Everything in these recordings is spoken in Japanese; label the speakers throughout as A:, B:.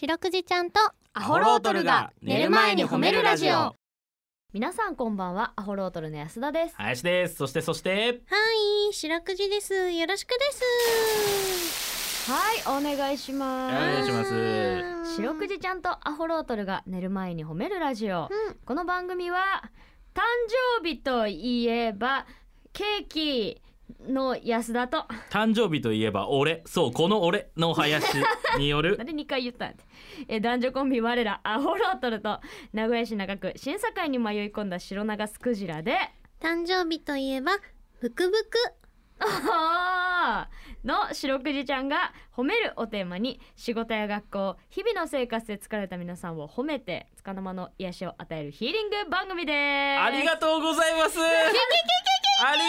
A: 白くじちゃんと
B: アホロートルが寝る前に褒めるラジオ
C: 皆さんこんばんはアホロートルの安田です
B: 林ですそしてそして
A: はい白くじですよろしくです
C: はいお願いし
B: お
C: ま
B: 願いします
C: す白くじちゃんとアホロートルが寝る前に褒めるラジオ
A: うん
C: この番組は誕生日といえばケーキの安田と
B: 誕生日といえば俺そうこの俺の林によ る
C: なんで2回言ったんやてえ男女コンビ我らアホロートルと名古屋市中区審査会に迷い込んだ白長スクジラで
A: 誕生日といえばブクブク
C: あーの白くじちゃんが「褒める」をテーマに仕事や学校日々の生活で疲れた皆さんを褒めて束の間の癒しを与えるヒーリング番組です
B: ありがとうございますありがと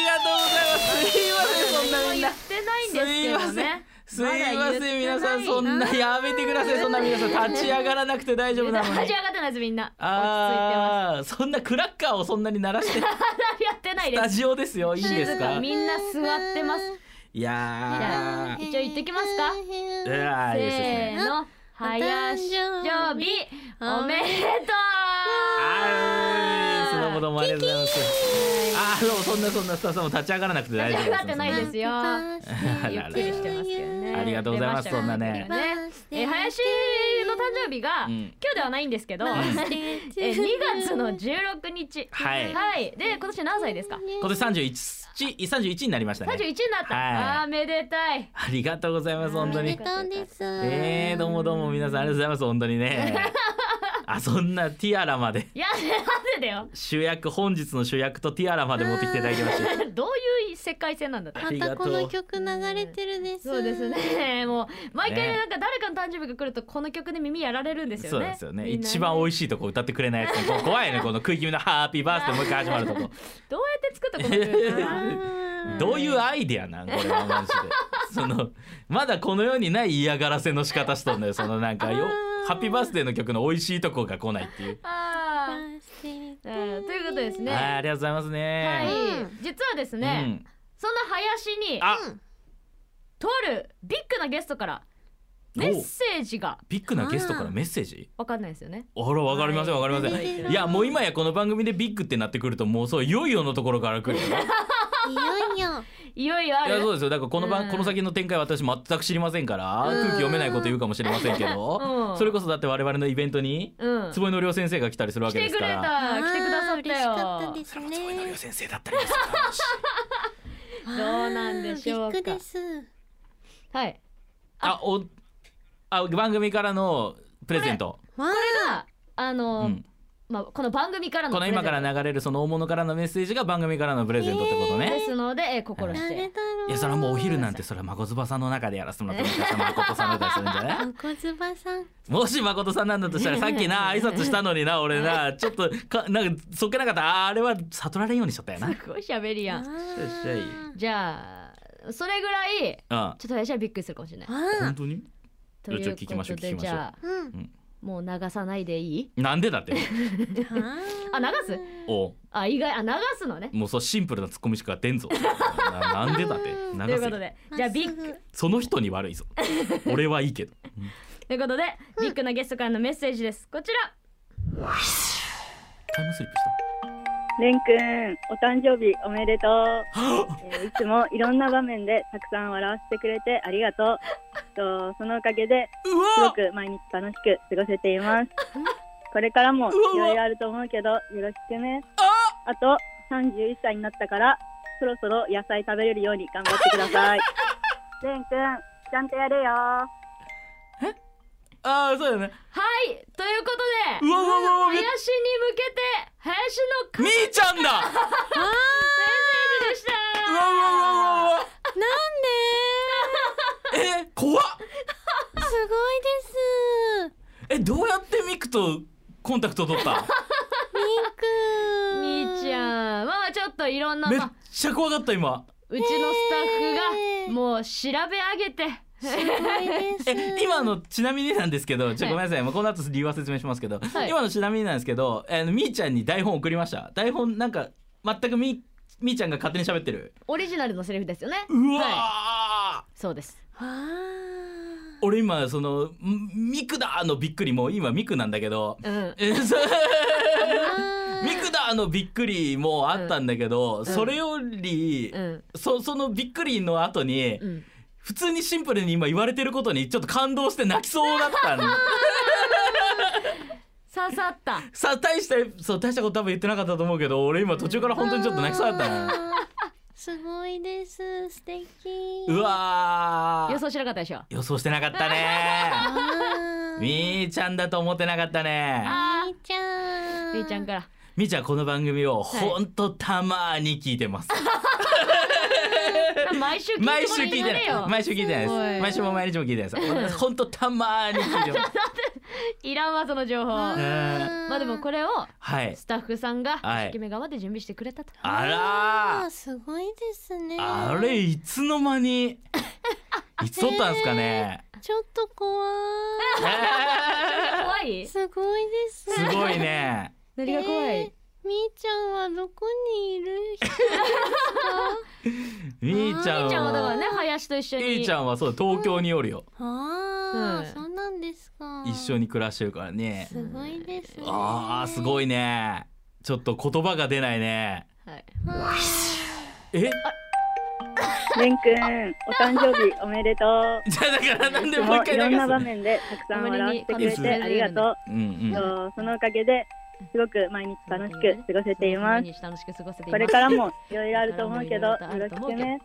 B: うございますすいませんそんなみんな
C: 言ってないんですけどね
B: すいません皆さんそ
C: なん
B: なやめてくださいそんな皆さん立ち上がらなくて大丈夫なの
C: 立
B: に
C: ち上がってないですみんな落ち着いてま
B: ああそんなクラッカーをそんなに鳴らして
C: すやってない
B: ス
C: で
B: タ
C: す
B: ジオですよいいです
C: 静か
B: か
C: みんな座ってます
B: いや
C: 一応言ってきますか
B: ーうわーいいです
C: せ
B: ね
C: ーの林誕生日おめでとう
B: あーそのこともありがとうございますあーそうそんなそんなスタッフさんも立ち上がらなくて大丈夫
C: 立ち上がってないで すよ
B: あ
C: ゆ
B: ら
C: っ
B: ら
C: くりしてますけどね
B: ありがとうございます
C: 出した
B: そんなね
C: からえー林の誕生日が、
B: うん
C: 今日ではないんですけ ど、えー、2月の16日
B: はい
C: で今年何歳ですか
B: 今年三十一三十一になりました
C: 31
B: ね
C: になった、
B: はい
C: あーめでたい
B: ありがとうございます本当
A: おめ
B: に
A: でとうです
B: えー、どうもどうも皆さんありがとうございます本当に ねあそんなティアラまで
C: いやなんでだよ
B: 主役本日の主役とティアラまで持ってきていただきまして
C: どういう世界線なんだって
B: あり
A: ま
B: が
A: た
B: と
A: こ
B: う
A: の曲流れてるです
C: そうですねもう毎回
B: ね
C: なんか誰かの誕生日が来るとこの曲で耳やられるんです
B: そう
C: よね
B: ですよね
C: みんな
B: 一番美味しいとこ歌ってくれないやつねこう怖いねこの食い気味の「ハッピーバースデー」もう一回始まるとこ
C: どうやって作ったこの曲
B: どういうアイディアなんこれはマジでそのまだこの世にない嫌がらせの仕方しとんだよそのなんかよ
A: あー
B: ハッピーバースデーの曲の美味しいとこが来ないっていう、
C: あー
A: と
C: うんということですね
B: あーありがとうございます
C: はい、
B: ね、
A: うん
C: 実はですね、
B: うん
C: そんな林に
B: あ
C: とあるビッグなゲストからメッセージが
B: ビッグなゲストからメッセージ
C: わかんないですよね
B: あらわかりませんわかりません、、
A: はいい
B: やもう今やこの番組でビッグってなってくるともうそういよいよのところから来るよ
A: いよいよ
C: いよいよあ
B: いや
C: る
B: そうですよだからこの番、
C: うん
B: この先の展開は私全く知りませんから、
A: うん
B: 空気読めないこと言うかもしれませんけど、
C: うん
B: それこそだって我々のイベントに
C: うん
B: 坪井のりお先生が来たりするわ
C: 来
B: けで
C: て
B: す
C: く
B: か
C: れ
B: ら
C: た来てくださったよ
A: あー嬉しかったですね
B: 坪井のりお先生だったりですから
A: ど
C: うなんでしょう
A: ビ
C: か
A: ッグです
C: はい
B: あ、お、あ、番組からのプレゼント。
A: わあ
C: ああの、
B: うん
C: まあこの番組からの
B: この今から
C: プレ
B: 流れるその大物からのメッセージが番組からのプレゼントってこと
C: ゼント
B: ね。
C: ですので、えー心し
A: 誰だ
C: て
A: ろう
B: い
A: い
B: や、それはもうお昼なんて、それは誠ばさんの中でやらせてもらってもしかしたら誠さんだったりするんじゃ ない。
A: 小ずばさん
B: もし誠さんなんだとしたら、さっきな、挨拶したのにな、俺な、ちょっ と、か、なんか、そっけなかった、ああれは悟られんようにしちゃったよな。
C: すごい喋りや
A: あ
C: ん
A: ー
B: っしゃい
C: じゃあそれぐらい
B: あ
C: ちょっと林はびっくりするかもしれない
A: わ
B: 本当に。
C: という
B: ちょっと聞きま
C: こ
B: しょ
C: と
B: う聞きま
C: で
B: しょう
C: じゃあ
A: あうん
C: もう流さないでいい
B: なんでだって。
C: あ流す
B: お、
C: あ意外あ流すのね
B: もうそう、シンプルなツッコミしか出んぞ。ななんでだって。
C: と
B: 流
C: いう
B: せ
C: こと
B: よ。
C: でじゃあビッグ
A: グ
B: その人に 悪いぞ。俺はいいけど。
C: ということで、ビッグなゲストからのメッセージですこちら
B: タイムスリップした。
D: レンくん、お誕生日おめでとう。 えーいつもいろんな場面でたくさん笑わせてくれてありが とう。とそのおかげで
B: う
D: すご
B: わ
D: く毎日楽しく過ごせています。 これからもいろいろあると思うけどよろしくね。あと31歳になったからそろそろ野菜食べれるように頑張ってくださ い。レンくん、ちゃんとやれよ。
B: ああそうだよね
C: はいということで
B: うわうわうわうわ
C: 林に向けて林の
B: み
C: カ
B: ーちゃんだ
C: でした
B: うわうわうわうわなんでえ怖っ
A: すごいです
B: えどうやってミクとコンタクト取 った
A: ミク
C: みーち
A: ん
C: ゃんまあちょっといろんな、
B: めっ
C: まあ、
B: ちゃ怖かった今
C: うちのスタッフがもう調べ上 げて
A: すごいです
B: え今のちなみになんですけどちょ
C: はい
B: ごめんなさいもうこの後理由は説明しますけど、
C: はい
B: 今のちなみになんですけどあのみーちゃんに台本送りました台本なんか全くみみーちゃんが勝手に喋ってる
C: オリジナルのセリフですよね
B: うわー、
C: はいそうです
A: わあ
B: 俺今そのんミクだのびっくりもう今ミクなんだけど
C: うん
B: えそ
A: あー
B: ミクだのびっくりもあったんだけど、
C: ん
B: それより、
C: うん
B: そそのびっくりの後に、
C: うん
B: 普通にシンプルに今言われてることにちょっと感動して泣きそうだった ん
C: 刺さった
B: さ大したそう大したこと多分言ってなかったと思うけど俺今途中から本当にちょっと泣きそうだったな
A: あーすごいです素敵
B: うわー
C: 予想しなかったでしょ
B: 予想してなかった ね
A: あーみ
B: みーちゃんだと思ってなかったね
C: あ
A: ーちゃん
C: みーちゃん
A: が
C: から
B: みーちゃんこの番組をほんとたまーに聞いてます、
C: 毎週聞いてもら
B: 毎週聞いて
C: え
B: ない毎週聞いてな
C: よ
B: いです
C: すごい
B: 毎週も毎日も聞いてないです ほんとたまーに聞いてます
C: いらんわその情報ま
B: ん
C: あでもこれを
B: はい
C: スタッフさんが
B: はい
C: 引き目側で準備してくれたと
B: あらー
A: すごいですね
B: あれいつの間にいつ撮ったんですかね、
A: ちょっと怖い
C: 怖い
A: すごいです
B: すごいね
C: 何が怖い
A: えーみーちゃんはどこにいる人で す
B: みーちゃん
C: みーちゃんはだから
B: は
C: ね林と一緒
B: み
C: に
B: ーちゃんはそう東京におるよ
A: かあ
C: うん
A: ーそうなんですか
B: 一緒
A: に
B: に暮らしてるからね
A: すごいですね
B: あーすごいねちょっと言葉が出ないね
C: はい
A: あ
B: え
D: レン君、お誕生日おめでとう。
B: じゃあだからなん
D: い
B: で
D: つ
B: もう
D: も
B: 一回
D: いろん
B: 流
D: な場
B: す
D: 面でたくさん笑ってくれてありがとう。
B: うんうん
D: そうそのおかげで、すごく毎日楽しく過ごせています。
C: 毎日楽しく過ごせています
D: これからもいろいろあると 思うけど、よろしくね。
C: ね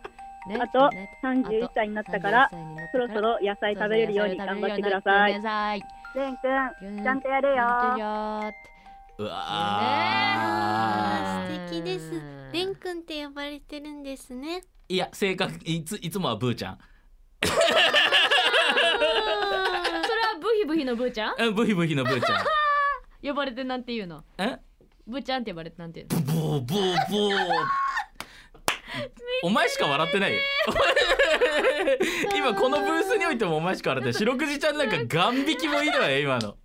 D: あと
C: ね
D: 31歳になったから、そろそろ野菜食べれるように頑張ってください。
C: い
D: レン君、ちゃんとやれよ。
C: よ
B: う
A: あ
B: わ
A: ー素敵ですれんくんって呼ばれてるんですね
B: ーいや性格いついつもはブーちゃん
C: それはブヒブヒのブーちゃん
B: うんブヒブヒのブーちゃ
C: 呼ばれてなんて言うの
B: んえ
C: ブーちゃんって呼ばれてなんて言うの
B: ブーブーブーお前しか笑ってないよ今このブースにおいてもお前しか笑ってない白くじちゃんなんかガン引きもいいのよ今の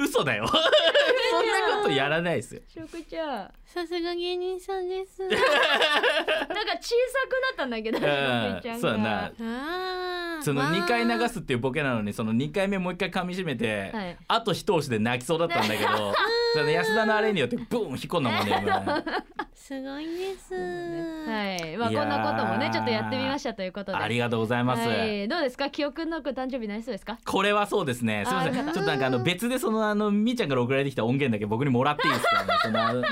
B: 嘘だよそんなことやらないですよ
C: しょくちゃんなんか
A: さすが芸人さん です
C: 小さくなったんだけどしょく
B: うん
C: ちゃんが
B: そうやな
A: あー
B: その
A: まあ
B: 2回流すっていうボケなのにその2回目もう1回噛み締めて、
C: はい
B: あと一押しで泣きそうだったんだけ どその安田のあれによってブーン引っ込んだもんね今ね
A: すごいです、
C: はい、まあ
B: いやー
C: こんなこともねちょっとやってみましたということで。
B: ありがとうございます、
C: はい、どうですか、記憶のく誕生日になりそうですか。
B: これはそうですねすいません
C: あ
B: ちょ
C: よか
B: っ
C: った
B: となんかあの別でそのあのみーちゃんから送られてきた音源だけ僕にもらっていいですか、ね、そ の
A: あー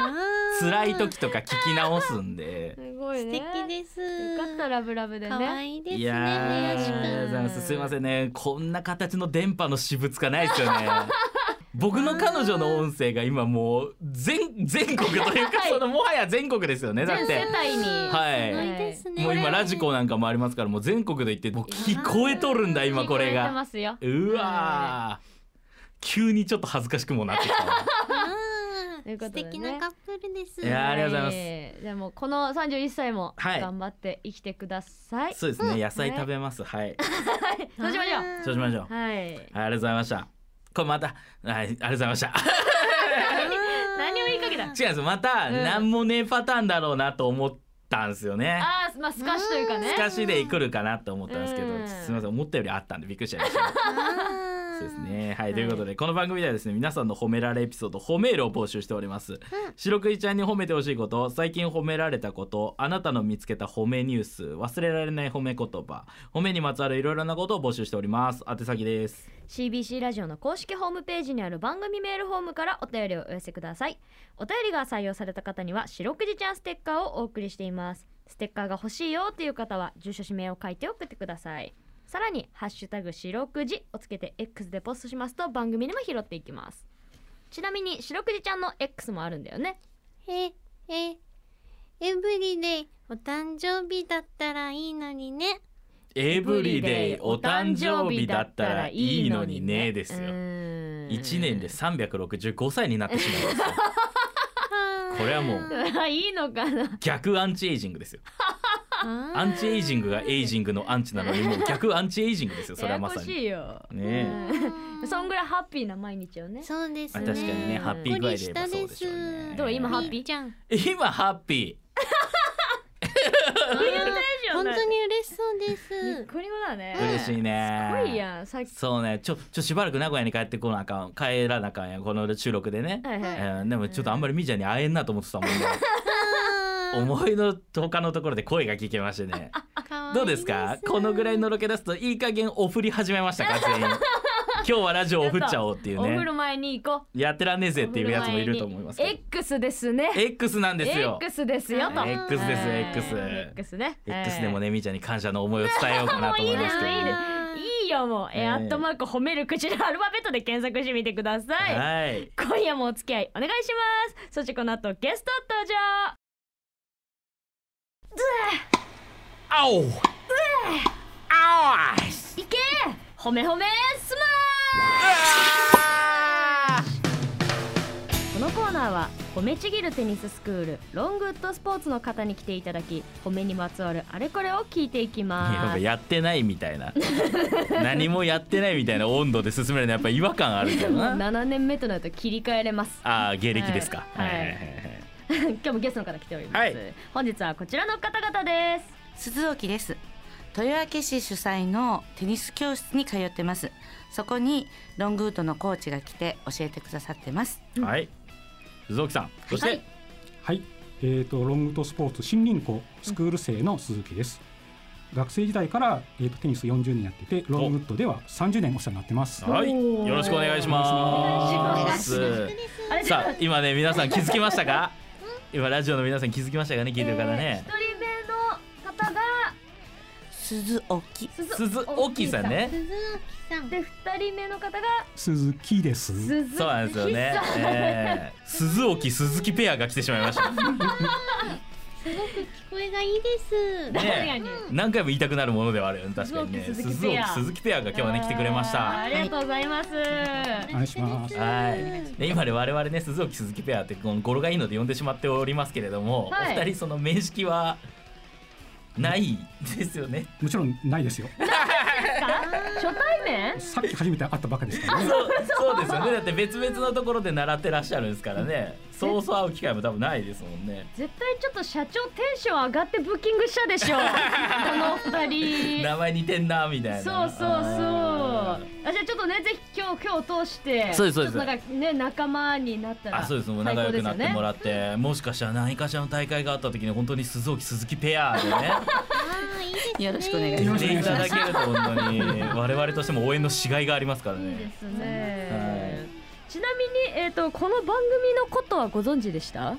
B: 辛い時とか聞き直すんです
C: ごい
A: 素
C: ね。
A: 敵です
C: よかったラブラブで
A: 可
C: ね。
A: 愛いですね
B: いやーあ
A: よ
B: り
A: ろしく
B: がとうございますすいませんねこんな形の電波の私物化ないですよね僕の彼女の音声が今もう全全国というか
C: はい
B: そのもはや全国ですよねだっ
C: 全世
B: て
C: 帯に。
B: はい
A: すごいですね
B: もう今ラジコなんかもありますからもう全国で言ってもう聞こえとるんだ今これ
C: 聞こえて
B: が
C: ますよ。
B: うわー急にちょっと恥ずかしくもなってきたわ
A: あ
C: という
A: ー
C: こ
A: 素
C: とでね
A: 敵なカップルです
B: いやーありがとうございます
C: す。でもこの三十一歳も
B: はい
C: 頑張って生きてください。
B: そうですね野菜食べますはい
C: そうしましょう。
B: そうしましょう
C: はい。
B: ありがとうございましたこれまたはいありがとうございました
C: 何を言いかけ た
B: 違うんですよまた
C: うん
B: 何もねえパターンだろうなと思ったんですよね
C: ああ、まあすかしというかね。
B: 透かしで来るかなと思ったんですけど
C: うん
B: すみません思ったよりあったんでびっくりしちゃいました
A: あー
B: そうですね。はい、ということで、この番組ではですね、皆さんの褒められエピソード、褒めールを募集しております。白くじちゃんに褒めてほしいこと、最近褒められたこと、あなたの見つけた褒めニュース、忘れられない褒め言葉、褒めにまつわるいろいろなことを募集しております。宛先です。
C: CBC ラジオの公式ホームページにある番組メールフォームからお便りをお寄せくださいお便りが採用された方には「白くじちゃんステッカー」をお送りしていますステッカーが欲しいよという方は住所氏名を書いて送ってくださいさらに「ハッシュタグ白くじ」をつけて X でポストしますと番組でも拾っていきますちなみに白くじちゃんの X もあるんだよね
A: ええエブリデイお誕生日だったらいいのにね
B: エブリデイお誕生日だったらいいのにねですよ。
C: 1
B: 1年で365歳になってしまいま すよ。
A: あー
B: これはもう
C: いいのかな
B: 逆アンチエイジングですよ。
A: あー
B: アンチエイジングがエイジングのアンチなの に、もう逆アンチエイジングですよ。それはまさ
C: ややこ
B: に。
C: しいよ
B: ねえ
C: うんそんぐらいハッピーな毎日をね
A: そうです
B: あ
A: ね
B: 確かにね、
C: うん
B: ハッピー具合で言えばそうでしょうね。
C: どう今ハッピー
A: みーちゃん
B: 今ハッピー。
C: そういうテンション
A: 本
C: な
A: 当
C: の
A: 当に嬉しそうで
C: にっ
A: す。
C: こりもだね
B: 嬉しいね
C: すごいやんさっき
B: そうねちょちょしばらく名古屋に帰ってこなあかん帰らなあかんやんこの収録でね、
C: はいはい
B: えーでもちょっとあんまりみーちゃんに会えんなと思ってたもんね
A: あー
B: 思いの他のところで声が聞けましてね
A: 可愛い
B: どうですかこのぐらいのロケ出すといい加減お振り始めましたか全員今日はラジオお振っちゃおうっていう
C: お風
B: ね
C: 呂前に行こ
B: やってらんねえ
C: う
B: ぜっていうやつもいると思いますけど
C: X ですね
B: X なんですよ
C: X ですよと
A: はい
B: X です
C: はい
B: X
C: X ね
B: X でもねみーちゃんに感謝の思いを伝えようかなと思いますけど
C: いい
B: ね
C: ねいいよもうえ
B: ええ
C: アットマーク褒める口のアルファベットで検索してみてください
B: はい
C: 今夜もお付き合いお願いしますそしてこの後ゲスト登場
B: あおあ
C: いけ褒め褒めスマーこのコーナーは褒めちぎるテニススクールロングウッドスポーツの方に来ていただき褒めにまつわるあれこれを聞いていき
B: やっ
C: ま
B: ぱ
C: す
B: やってないみたいな何もやってないみたいな温度で進めるのやっぱ違和感あるけど
C: もう
B: な
C: 7年目となると切り替えれます
B: あー芸歴ですか
C: はい
B: はいはいはい
C: 今日もゲストの方来ております、
B: はい
C: 本日はこちらの方々です
E: 鈴沖です豊明市主催のテニス教室に通ってますそこにロングウッドのコーチが来て教えてくださってます
B: はいはい鈴木さんそして、
C: はい
F: はい、えー、とロングウッドスポーツ森林校スクール生の鈴木です。学生時代から、えー、とテニス40年やっててロングウッドでは30年お世話になってます。
B: はい、よろしくお願いします。
C: あれ
B: さあ、今ね、皆さん気づきましたか。今ラジオの皆さん気づきましたかね、聞いてる方ね
C: えー。一人目の方が
E: 鈴沖
B: 鈴沖さんね。
A: 鈴木さん。
C: で二人目の方が
F: 鈴木です。
C: 鈴木
B: そうなんですよね。えー鈴沖鈴木ペアが来てしまいました。
A: すごく聞こえがいいです。
C: さん
B: ね
C: 確かに
B: 何回も言いたくなるものではあるよね、確かにね。
C: 鈴
B: 鈴
C: 木鈴木ペ
B: 沖
C: ア
B: 鈴木ペアが今日はね、来てくれまし
C: あーあ
B: た。
C: りがとうございます。
A: お
F: 願いします
B: はい、ね、今で我々ね、鈴沖鈴木ペアって、この語呂がいいので呼んでしまっておりますけれども、
C: はい
B: お二人その面識は。ないですよ ね。
F: もちろんないですよ。
C: 初対面？
F: さっき初めて会ったばか りですからね。
B: そうそうですよねだって別々のところで習ってらっしゃるんですからねそうそう会う機会も多分ないですもんね
C: 絶対ちょっと社長テンション上がってブッキングしたでしょ。この二 人。
B: 名前似てんなみたいな
C: そうそうそう。
B: あ
C: あじゃあちょっとねぜひ今日今日通して、
B: そうですそうです
C: ちょっとなんかね仲間になった
B: ー
C: ら、
B: あそうですもう
C: 最
B: 仲
C: 高
B: 良く
C: です
B: な
C: よ
B: っても
C: ね。
B: らって、もしかしたら何かしらの大会があった時に本当に鈴木鈴木ペアでね
A: あーいいですね。
E: よろしくお願いし
B: 言
F: よろ
B: っ
F: しくお
B: て
F: 願
B: い
F: いしま
B: ただける
F: す
B: と本 当に我々としても応援のしがいがありますから
C: いい
B: ね
C: ですね。ちなみにえっ、とこの番組のことはご存知でした？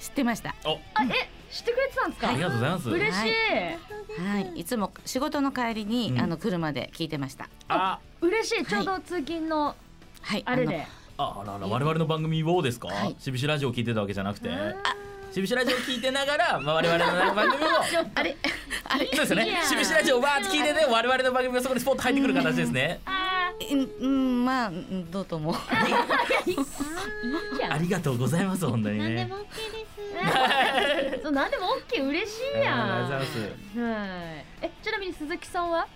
E: 知ってました
B: お
C: あえ知ってくれてたんですか？
B: ありがとうございます
C: 嬉しい、
E: はいいつも仕事の帰りに、
B: うん
E: あの車で聞いてました
B: あ
C: 嬉しいちょうど通勤の
E: はい
C: あれ
E: の
C: で。
B: あらら我々の番組をですか、
E: はい
B: しびしラジオ聞いてたわけじゃなくてしびしラジオ聞いてながら、まあ、我々の番組も
E: あれあれ
B: そうですよ
C: いい
B: ね
C: や。
B: しびしラジオバーって聞いてね、我々の番組がそこでスポッと入ってくる形ですね。
C: あ
E: うんうんまあうんどうとも
C: ーいいじゃん
B: ありがとうございます、本当に
A: 何で
B: ね。
A: も OK です。
C: そうなんでもオッケー嬉し
B: あ
C: いやん。
B: りがとうござい
C: はい。えちなみに鈴木さんは？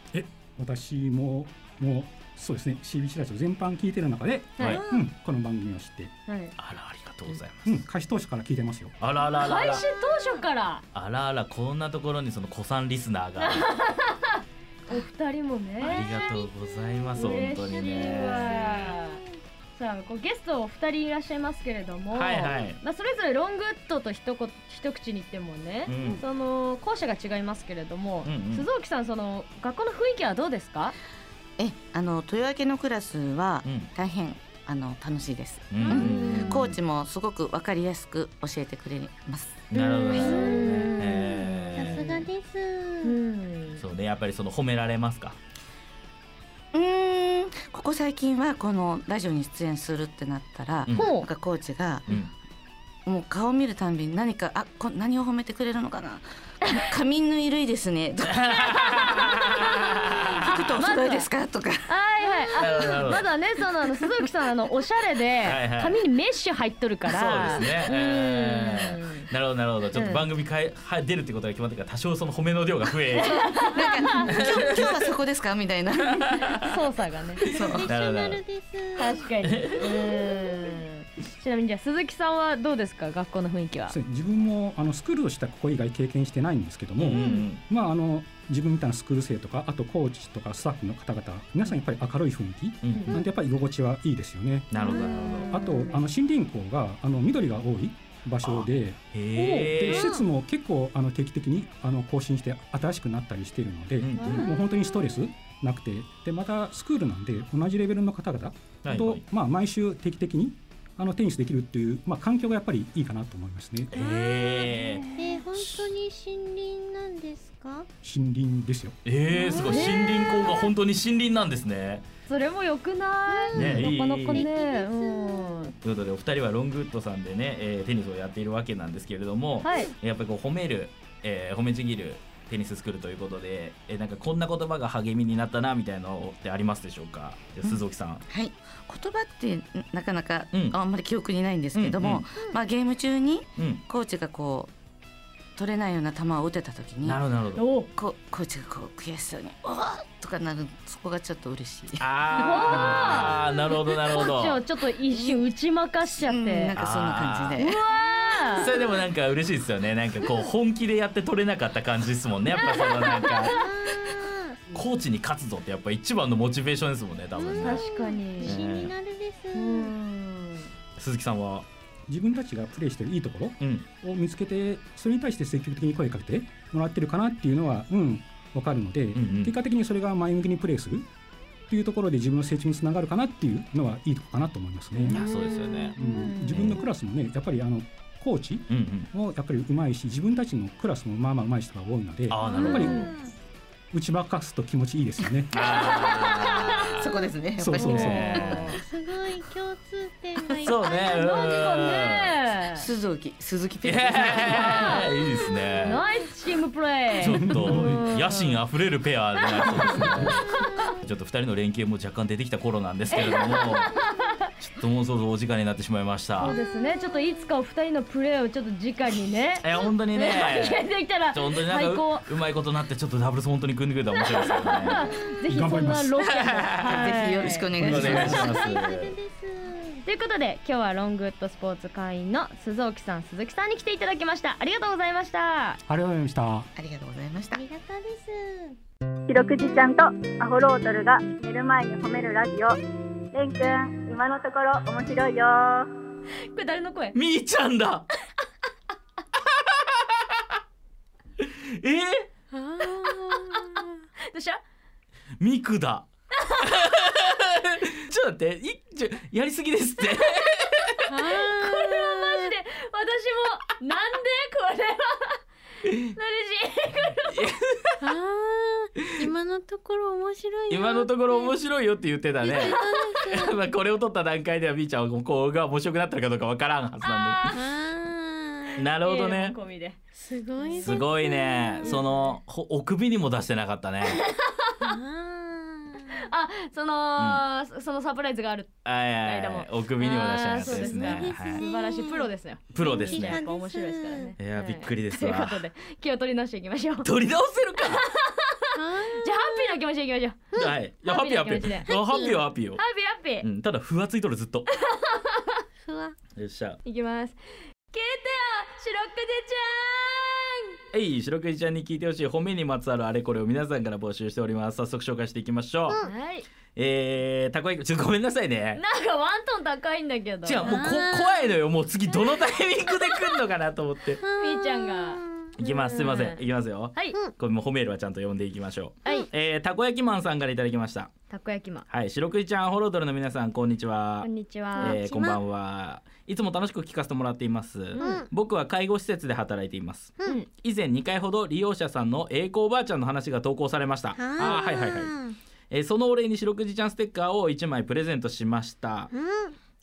F: 私ももうそうですね。CBC ラジオ全般聞いてる中で、
B: はい
F: うん、この番組を知って、
C: はい。
B: あら、ありがとうございます。
F: うん、開始当初から聞いてますよ。
B: あらあらあらあ
C: 開
B: ら
C: 始。当初から
B: あらあら、こんなところにその子さんリスナーが。あ
C: お二人もね。
B: りがとうございます、本当に
C: 嬉しい
B: ね。
C: わさあこうゲストお二人いらっしゃいますけれども、
B: はいはい
C: まあそれぞれロングウッドと一言一口に言ってもね、
B: うん
C: その校舎が違いますけれども、
B: うんうん
C: 鈴木さんその学校の雰囲気はどうですか？
E: えあの豊明のクラスは
B: うん
E: 大変あの楽しいです
B: うんうん
E: コーチもすごくわかりやすく教えてくれます
B: なるほどなるほど
C: うん
B: ねえ
A: さすが
B: ー。
A: です。
C: ん
B: そうね、やっぱりその褒められますか。
E: うーんここ最近はこのラジオに出演するってなったら、
B: うん
E: な
C: ほ
E: んかコーチが
B: うん
E: もう顔見るたんびに何かあこ何を褒めてくれるのかな 「髪縫い類ですね」 とか 「服とお揃いですか?」とか
C: はいはい。あ
B: なるほどなるほど
C: まだねそのあの鈴木さんあのおしゃれで
B: はいはい
C: 髪にメッシュ入っとるから。
B: そうですね
C: うん
B: えなるほどなるほどちょっと番組かえは出るってことが決まってから多少その褒めの量が増え
E: なんか今日 「今日はそこですか?」みたいな
C: 操作がね。
E: そう
A: プロフェッショナルです。
C: 確かに。うん。ちなみにじゃあ鈴木さんはどうですか学校の雰囲気は
F: そう自分もあのスクールとしたここ以外経験してないんですけども、
B: うん
F: まああの自分みたいなスクール生とかあとコーチとかスタッフの方々皆さんやっぱり明るい雰囲
B: う
F: 気
B: んうん
F: なんでやっぱり居心地はいいですよね。
B: なるほどなるほど
F: あとあの森林校があの緑が多い場所
B: へ
F: でで
B: え
F: 施設も結構あの定期的にあの更新して新しくなったりしているので、
B: うんうん
F: もう本当にストレスなくてでまたスクールなんで同じレベルの方々
B: はい
F: と、
B: はい
F: まあ、毎週定期的にあのテニスできるっていう、まあ、環境がやっぱりいいかなと思いますね
B: へー
A: えー、本当に森林なんですか
F: 森林ですよ
B: えー、すごい森林校が本当に森林なんですね。
C: それも良くない、
B: ねいい
C: なかなか
B: いい
C: ね、うん、
B: ということでお二人はロングウッドさんでね、えーテニスをやっているわけなんですけれども、
C: はい
B: やっぱりこう褒める、えー褒めちぎるテニススクールということで、えーなんかこんな言葉が励みになったなみたいなのってありますでしょうか。じゃあ鈴木さん。
E: はい、言葉ってなかなか
B: うん
E: あんまり記憶にないんですけども、
B: うん
E: まあ、ゲーム中に
B: うん。
E: コーチがこう取れないような球を打てた時に
B: なるほどなるほど。
C: お
E: こコーチがこう悔しそうに「おーとかなるそこがちょっと嬉しい。
B: ああ、なるほどなるほ
C: コーチを
B: ど。
C: ちょっと一瞬打ち負かしちゃっ
E: うんな
C: て
E: ん、かそんな感じで。
C: あ
B: それでもなんか嬉しいですよね。なんかこう本気でやって取れなかった感じですもんね。やっぱそのなんか
A: あ
B: コーチに勝つぞってやっぱ一番のモチベーションですもんね。多分
A: う
B: ね
A: ん。
C: 確か
A: ー
C: に、
A: 自信になるです、
C: うん
B: 鈴木さんは。
F: 自分たちがプレイしてるいいとこ
B: うん。
F: ろを見つけてそれに対して積極的に声かけてもらってるかなっていうのはうんわかるので、
B: んうん
F: 結果的にそれが前向きにプレイするっていうところで自分の成長につながるかなっていうのはいいとこかなと思いますね、
B: いやそうですよね
F: う。ん自分のクラスもねやっぱりあのコーチ
B: うん うん。
F: もやっぱりうまいし自分たちのクラスもまあまあうまい人が多いので
B: ああ、なるほ
F: やっ
B: ど
F: ぱり。
A: うん
F: 打ち負かすと気持ちいいですよね
B: あー
E: そこですね。やっ
F: そ
E: ぱ
F: う
E: り
F: そうそう
A: すごい共通点がいっぱい
B: そうね。うん
C: なんかね
E: 鈴木鈴木
B: い
E: ペア。
B: やいいですね。
C: ナイスチームプレイ
B: ちょっと
C: うん
B: 野心あふれるペアになりそうですね。ちょっと二人の連携も若干出てきた頃なんですけれども、ちょっともうそろそろお時間になってしまいました
C: そう。ですねちょっといつかお二人のプレーをちょっと直にね
B: いや本当に
C: ね
B: ね。
C: できたら
B: ちょ本当になんか
C: 最高
B: ううまいことなってちょっとダブルス本当に組んでくれたら面白いですよね。
C: ぜひそんなロケも、は
E: ぜひよろしくお願いします。
B: お願いしま
A: です
C: ということで今日はロングウッドスポーツ会員の鈴木さん鈴木さんに来ていただきましたありがとうございました
F: ありがとうございました
E: ありがとうございました
A: あ。りがたです
D: ひろくじちゃんとアホロートルが寝る前に褒めるラジオれんくん今のところ面白 いよ
C: これ誰の声
B: みーちゃんだ。え？
C: どうした
B: ミクだ。 ちょっと待って、いちょやりすぎですって。
C: これはマジで私もなんでこれはなるし
A: あー今のところ面白いよ
B: 今のところ面白いよって言ってた
A: 言って
B: ね。
A: たんですよ
B: まあこれを取った段階ではみーちゃんはこうが面白くなってるかどうかわからんはずなん
A: あ
B: で。
A: ー
B: なるほどね。
C: 込みです
A: ごいです
B: ごいね。そのほお首にも出してなか ったね。
A: あ
C: あその、そのサプライズがある
B: はいはい
C: 間
B: は
C: も
B: い。お首にも出してなか
C: あー
B: った
C: そう
B: で
C: ですす
B: ね。
C: ね
B: はい
A: ね
C: 素晴らしいプロですよ
B: プロです
C: やっ
B: ね。
C: ぱ面白いですからね
B: いやびっくりですわ
C: はいということで気を取り直していきましょうじゃ
B: 取り直せるか。
A: ー
C: あハッピーな気持ちでいきましょう
B: はい。いやハ
C: ハ
B: ッ
C: ッ
B: ピ
C: ピ
B: ーハッ
C: ーな気
B: ピ
C: 持ちで
B: ー。あハッピーはハッピーよ
C: ハ。ッピーハッ
B: う
C: ピー
B: んただふわついとるずっと。
A: ふわ
B: よっしゃ。
C: いきます聞いてよ白くじ
B: えい、白くじちゃんに聞いてほしい褒めにまつわるあれこれを皆さんから募集しております。早速紹介していきましょう。
C: ちゃんはい
B: えー、たこ焼き、ちょっとごめんなさいね。
C: なんかワントン高いんだけど
B: 違う、もうこ
A: あー
B: 怖いのよ。もう次どのタイミングで来るのかなと思 って。
C: みーちゃんが
B: いきます。すいません。
C: うん
B: いきますよ。
C: はい、
B: これも褒めるはちゃんと読んでいきましょう。
C: はい
B: えー、たこ焼きマンさんからいただきました。
C: たこ焼きマン
B: はい、白くじちゃん、ホロドルの皆さん、こんにちは
C: こん。にちは、
B: えー、
A: こ
B: こ
A: ん
B: ん
A: にちは
B: ばんは。いつも楽しく聞かせてもらっています。
A: ん
B: 僕は介護施設で働いています。
C: うん
B: 以前2回ほど利用者さんの栄光おばあちゃんの話が投稿されましたあーはいはいはい、えーそのお礼に白くじちゃんステッカーを1枚プレゼントしました、
A: うん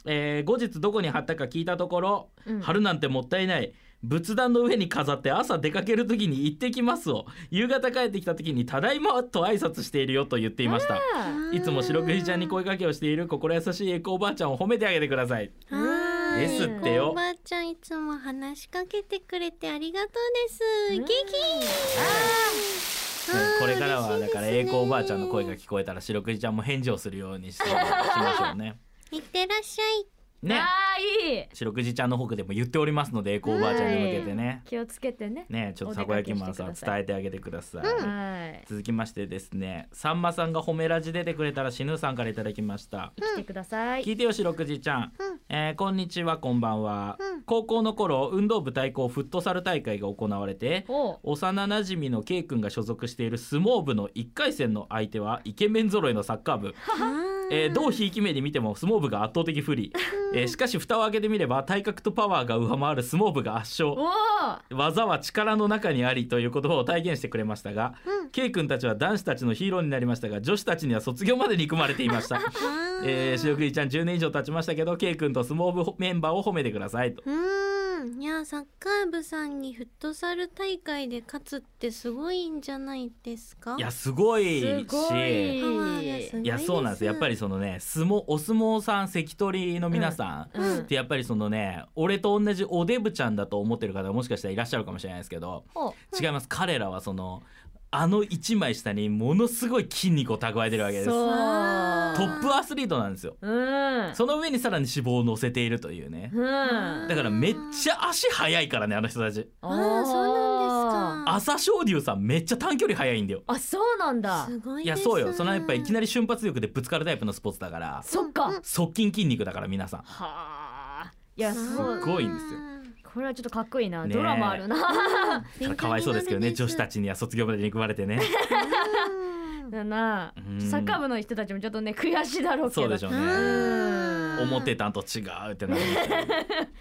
B: えー後日どこに貼ったか聞いたところ、
C: うん
B: 春なんてもったいない仏壇の上に飾って朝出かける時に行ってきますを夕方帰ってきた時にただいまと挨拶しているよと言っていました
C: あ
B: いつも白くじちゃんに声かけをしている心優しい栄光おばあちゃんを褒めてあげてください
A: はーい
B: ですってよ
A: おばあちゃんいつも話しかけてくれてありがとうです。
C: うん
A: 元気。
B: ね
A: あー
B: これからはだから
A: 嬉し
B: 栄
A: いですね
B: 光おばあちゃ んの声が聞こえたら白くじちゃんも返事をするようにしていきましょうね
A: いってらっしゃい。
B: ね
C: ああいい
B: 白くじちゃんの方でも言っておりますのでエコおばあちゃんに向けてね
C: 気をつけてね
B: ねちょっとたこ焼きマンさん
C: お出かけしてください
B: 伝えてあげてください、
C: はい
B: 続きましてですねさんまさんが褒めラジ出てくれたら死ぬさんからいただきました
C: 生きてください
B: 聞いてよしろくじちゃん、
A: うん
B: えーこんにちはこんばんは、
A: うん
B: 高校の頃運動部対抗フットサル大会が行われて
C: おう
B: 幼馴染みの K 君が所属している相撲部の1回戦の相手はイケメン揃いのサッカー部えー、どうひいき目に見ても相撲部が圧倒的不利、えーしかし蓋を開けてみれば体格とパワーが上回る相撲部が圧勝
C: おお
B: 技は力の中にありという言葉を体現してくれましたが、K 君たちは男子たちのヒーローになりましたが女子たちには卒業まで憎まれていましたえー、しおくりちゃん10年以上経ちましたけど K 君と相撲部メンバーを褒めてくださいと
A: うーんいやサッカー部さんにフットサル大会で勝つってすごいんじゃないですか
B: いやすごいし
C: すごい
A: パワーがすごいです
B: いやそうなんですやっぱりそのね相撲お相撲さん関取の皆さん、
C: うんうん
B: ってやっぱりそのね俺と同じおデブちゃんだと思ってる方がもしかしたらいらっしゃるかもしれないですけど
C: おう
B: 違います彼らはそのあの一枚下にものすごい筋肉を蓄えてるわけですト
C: そう
A: わー
B: ップアスリートなんですよ
C: うん
B: その上にさらに脂肪を乗せているというね
C: うん
B: だからめっちゃ足速いからねあの人たち
A: あーそうなんですか
B: 朝青龍さんめっちゃ短距離速いんだよ
C: あそうなんだ
A: すごい
B: い
A: で
B: や
A: す
B: そうよそのやっぱいきなり瞬発力でぶつかるタイプのスポーツだから
C: そっかは
B: 側近筋肉だから皆さん
C: あいやそう
B: すごいんですよ
C: これはちょっとかっこいいな
B: ねえ
C: ドラマあるな
B: だからかわいそうですけどね女子た
A: ち
B: ちには卒業まで憎まれてね
C: だな
B: うん
C: サッカー部の人たちもちょっとね悔しいだろうけど
B: そうでしょう
C: う
B: ね
C: ん
B: 思ってたんと違うってなりますよね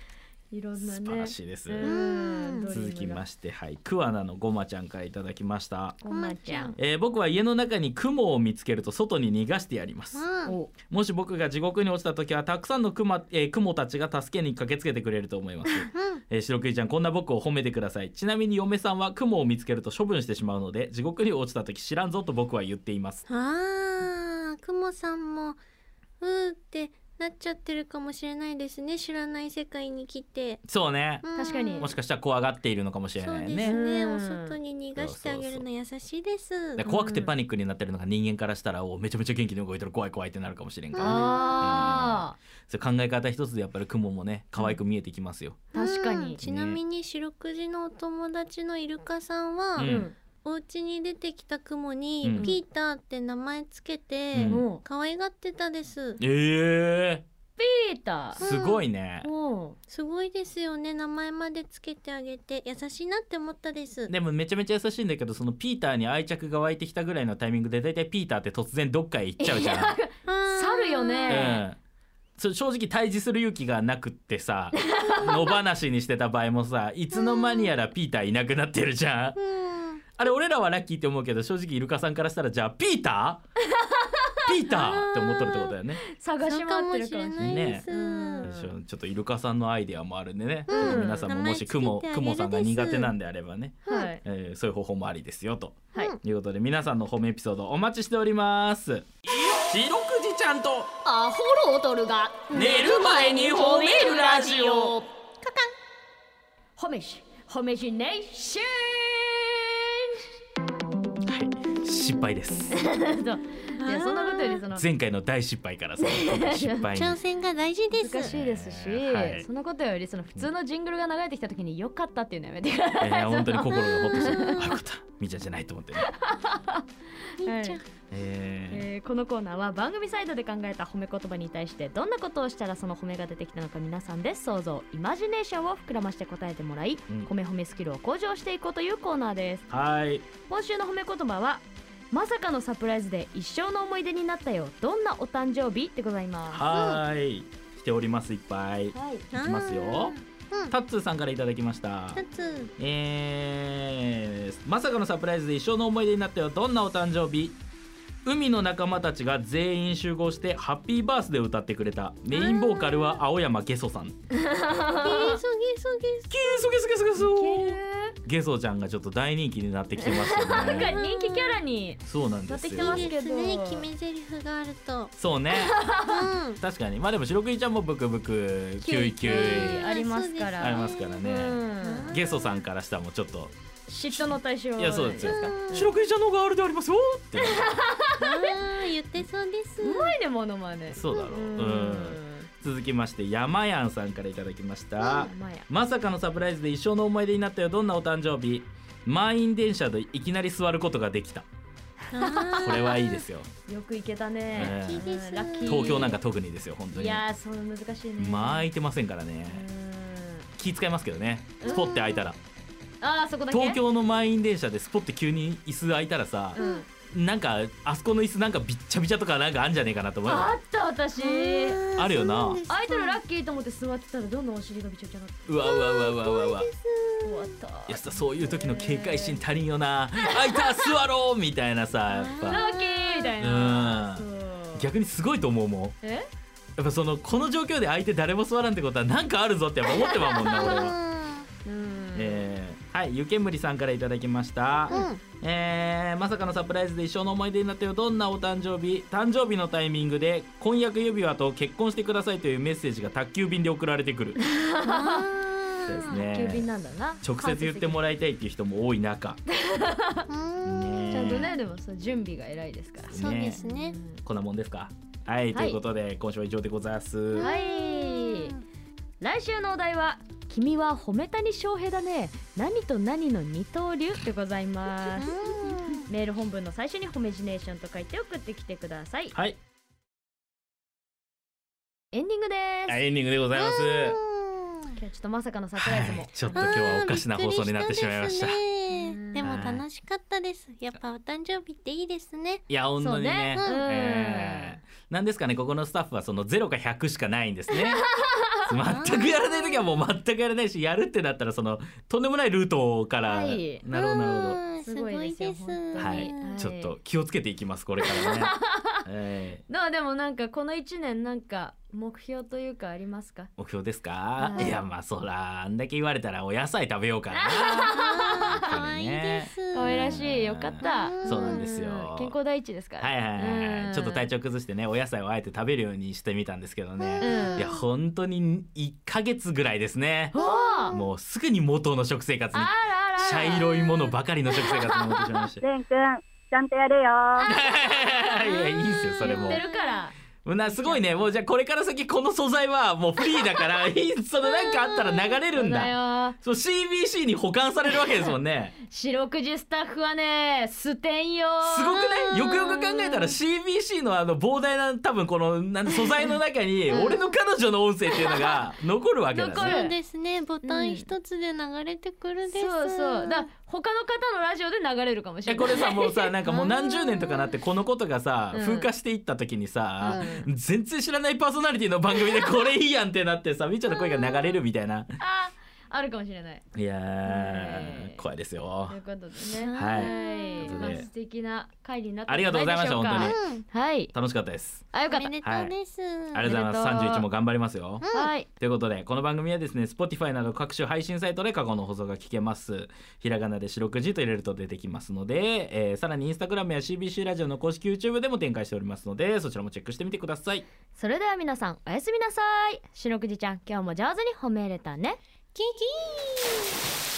C: いろんな
B: 素
C: ね
B: 晴らしいです
C: うん
B: 続きましてはい桑名のごまちゃんからいただきました
C: おまちゃん
B: えー僕は家の中に雲を見つけると外に逃がしてやります
C: お
B: もし僕が地獄に落ちた時はたくさんの雲,、えー雲たちが助けに駆けつけてくれると思います、 えー、白クイちゃんこんな僕を褒めてくださいちなみに嫁さんは雲を見つけると処分してしまうので地獄に落ちた時知らんぞと僕は言っています
A: あーくもさんもうーってなっちゃってるかもしれないですね知らない世界に来て、
B: そうね
A: うん
C: 確かに
B: もしかしたら怖がっているのかもしれ
A: そ
B: な
A: う
B: い
A: です
B: ね
A: ね
C: うん
A: お外に逃がしてあげるの優しいです
B: だから怖くてパニックになってるのが人間からしたらおめちゃめちゃ元気に動いてる怖い怖いってなるかもしれんから、
C: あ
B: そういう考え方一つでやっぱり雲もね可愛く見えてきますよ、
C: ー確か
A: うん
C: に
A: ちなみに白くじのお友達のイルカさんは、
B: うん
A: お家に出てきたクモ
B: う
A: に
B: ん
A: ピーターって名前つけて、
B: うん
C: も
A: 可愛がってたです
B: え
C: うピータ
B: ー、すごいね
C: ー、おう
A: すごいですよね名前までつけてあげて優しいなって思った です
B: でもめちゃめちゃ優しいんだけどそのピーターに愛着が湧いてきたぐらいのタイミングで大体ピーターって突然どっかへ行っちゃうじゃん。
A: あー
C: 猿よね
B: うんそう正直対峙する勇気がなくってさ野放しにしてた場合もさいつの間にやらピーターいなくなってるじゃん
A: うん
B: あれ俺らはラッキーって思うけど正直イルカさんからしたらじゃあピーターピーターって思っとるってことだよね
C: 探し
A: そうか
C: 回っ
A: も
C: てる
A: し
C: かも
A: れな
C: しれないい
A: です、
C: うん
B: ちょちょっとイルカさんのアイデアもあるんでね、
A: うん
B: ちょっと皆さんももしクモ
A: 名前つけてあげる
B: クモさんが
A: です
B: 苦手なんであればね、
C: はい
B: えーそういう方法もありですよと
C: はい
B: ということで皆さんの褒めエピソードお待ちしております白くじちゃんと
G: アホロトルが
B: 寝る前に褒めるラジオ
C: 褒めし褒めしネーシ
B: はい失敗です
C: ョンそういやそんなことよりその
B: 前回の大失敗からその失敗に
A: 挑戦が大事です
C: 難しいですし、
B: はい
C: そのことよりその普通のジングルが流れてきた時に良かったっていうのやめてくだ
B: え
C: さい、
B: ー、本当に心がほっとするあよかったみーちゃんじゃないと思ってね、
C: はい
B: え
C: えーこのコーナーは番組サイドで考えた褒め言葉に対してどんなことをしたらその褒めが出てきたのか皆さんで想像イマジネーションを膨らまして答えてもらい、
B: うん
C: 褒め褒めスキルを向上していこうというコーナーです
B: ーはい
C: 今週の褒め言葉はまさかのサプライズで一生の思い出になったよどんなお誕生日でございま
B: はーい来ておりますいっぱいいき
C: すはい
B: ますよタッツーさんからいただきました
A: 一つ
B: えーまさかのサプライズで一生の思い出になったよどんなお誕生日海の仲間たちが全員集合して「ハッピーバースデー」を歌ってくれたメインボーカルは青山ゲソさんゲ
A: ゲソゲソゲソ
B: ソゲソゲソゲ
C: い
B: ソ
C: ける
B: ゲソちゃんがちょっと大人気になってきてました
C: なんか
B: ね
C: 人気キャラに
B: そうなんです
C: なっ
B: よ
C: て
A: い
C: きて
A: いです
C: いい
A: ね
C: で
A: 決
C: すけど
A: め台詞があると
B: そうね
A: うん
B: 確かにまあでも白クイちゃんもブクブクキュイキ
A: キュ
B: ュ
A: イ
B: イ
C: ありますか
B: あり
C: ら
B: ますから
C: う
B: ね
C: ん
B: ゲソさんからしたらもうちょっと
C: 嫉妬の対象
B: いやそうですよ
A: うん
B: 白クイちゃんの方があるでありますよって
A: あー言ってそうです
C: うまいねモノマネ
B: そうだろううん続ききまして山やんさんからいただきました、
C: まあや
B: まさかのサプライズで一生の思い出になったよどんなお誕生日満員電車でいきなり座ることができた こ
A: こ
B: れはいいです よ
C: よく行けたね
B: ラッキ
A: ーです
C: うんラッキー
B: 東京なんか特にですよ本当
C: い
B: に
C: やーそう難しいね
B: まあ空いてませんからね
C: うん
B: 気使いますけどねスポって空いたら
C: ああそこだけ
B: 東京の満員電車でスポって急に椅子空いたらさ
C: うん
B: なんかあそこの椅子なんかびっちゃびちゃとかなんかあんじゃねえかなと思うよ
C: あった私
B: あるよな
C: アイドルラ
A: キ
C: ッキーと思って座ってたらどんどんお尻がびちょびちょになって
B: うわうわうわうわうわうわ
C: 終わった
B: いやさそういう時の警戒心足りんよな空いた座ろうみたいなさやっぱ
C: ラッキーみたいな
B: うん
C: そう
B: 逆にすごいと思うもんや
C: え
B: っぱそのこの状況で相手誰も座らんってことはなんかあるぞってやっぱ思ってまうもんな俺は。
C: うん
B: えーはい、湯煙さんからいただきました、えーまさかのサプライズで一生の思い出になったよどんなお誕生日誕生日のタイミングで婚約指輪と結婚してくださいというメッセージが宅急便で送られてくるです
C: 宅急便
B: ね
C: なんだな
B: 直接言ってもらいたいっていう人も多い中、ね
C: ちゃんとねでもそう準備が偉いですから
A: そうですね
B: こんなもんですかはい、ということで今週は以上でございます、
C: はい来週のお題は君は褒めたに翔平だね何と何の二刀流でございますメール本文の最初に「ホメジネーション」と書いて送ってきてください
B: はい
C: エンディングです、
B: エンディングでございます、
C: 今日ちょっとまさかのサプライズ
B: は
C: も
B: い、ちょっと今日はおかしな放送になってしまいました
A: あーびっくりし
C: うん
A: たでも楽しかったですやっぱお誕生日っていいですね
B: いや本当にね
C: そうねうん
B: えーなんですかねここのスタッフはその0か100しかないんです ね全くやらない時はもう全くやらないしやるってなったらそのとんでもないルートから、
C: はい
B: なるほどなるほ
A: うんすごいです
C: すごいですよ
B: ど
C: うん
B: は
C: 本
B: い、
C: はい
B: ちょっと気をつけていきますこれから ね、えー
C: どうでもなんかこの1年なんか目標というかありますか
B: 目標ですか、
C: はい
B: い、やまあそらあんだけ言われたらお野菜食べようかな
A: あー
B: 本
A: 可
B: 当
A: 愛
B: に
A: いで
B: ね
A: す
C: 可愛らしいよかった
A: うん
B: そうなんですよ
C: うん健康第一ですから
B: はいはいはい、
C: う
B: は
C: ん
B: い、ちょっと体調崩してねお野菜をあえて食べるようにしてみたんですけどね、
C: うん
B: いや本当に1ヶ月ぐらいですね
C: おーあ
B: もうすぐに元の食生活
C: ら
B: に
C: あらあら
B: 茶色いものばかりの食生活に戻ってしまいま したい
D: レン君、ちゃんとやれよ。
B: やいいですよそれも
C: 言ってるから
B: なすごいねもうじゃあこれから先この素材はもうフリーだから いいそのなんかあったら流れるんだ
C: だよ
B: そう CBC に保管されるわけですもんね
C: 四六時スタッフはね捨てんよ
B: すごくねよくよく考えたら CBC のあの膨大な多分このなん素材の中に俺の彼女の音声っていうのが残るわけだね
C: 残る
A: そうですねボタン一つで流れてくるです、
C: そうそうだ他の方のラジオで流れるかもし
B: いや
C: れない
B: これさもうさなんかもう何十年とかなってこのことがさ、
C: うん
B: 風化していった時にさ、全然知らないパーソナリティの番組でこれいいやんってなってさみーちゃんの声が流れるみたいな
C: ああるかもしれない
B: いや
C: ねえ
B: ー怖いですよ
C: ということでね
B: はい
C: い
B: ということ
C: まあ
B: で
C: 素敵な会になった
B: ありがとうございました
C: んじゃなでょ
B: 本
C: うか
A: うん
C: はい
B: 楽しかったです
C: あよかっ
A: お
C: た
A: めでとうです、
B: ありがとうござい
C: お
B: ま
C: めですとう
B: 31も頑張りますよ
C: はい
B: ということでこの番組はですね Spotify など各種配信サイトで過去の放送が聞けますひらがなで四六時と入れると出てきますので、えーさらに Instagram や CBC ラジオの公式 YouTube でも展開しておりますのでそちらもチェックしてみてください
C: それでは皆さんおやすみなさい白くじちゃん今日も上手に褒め入れたね
A: キキー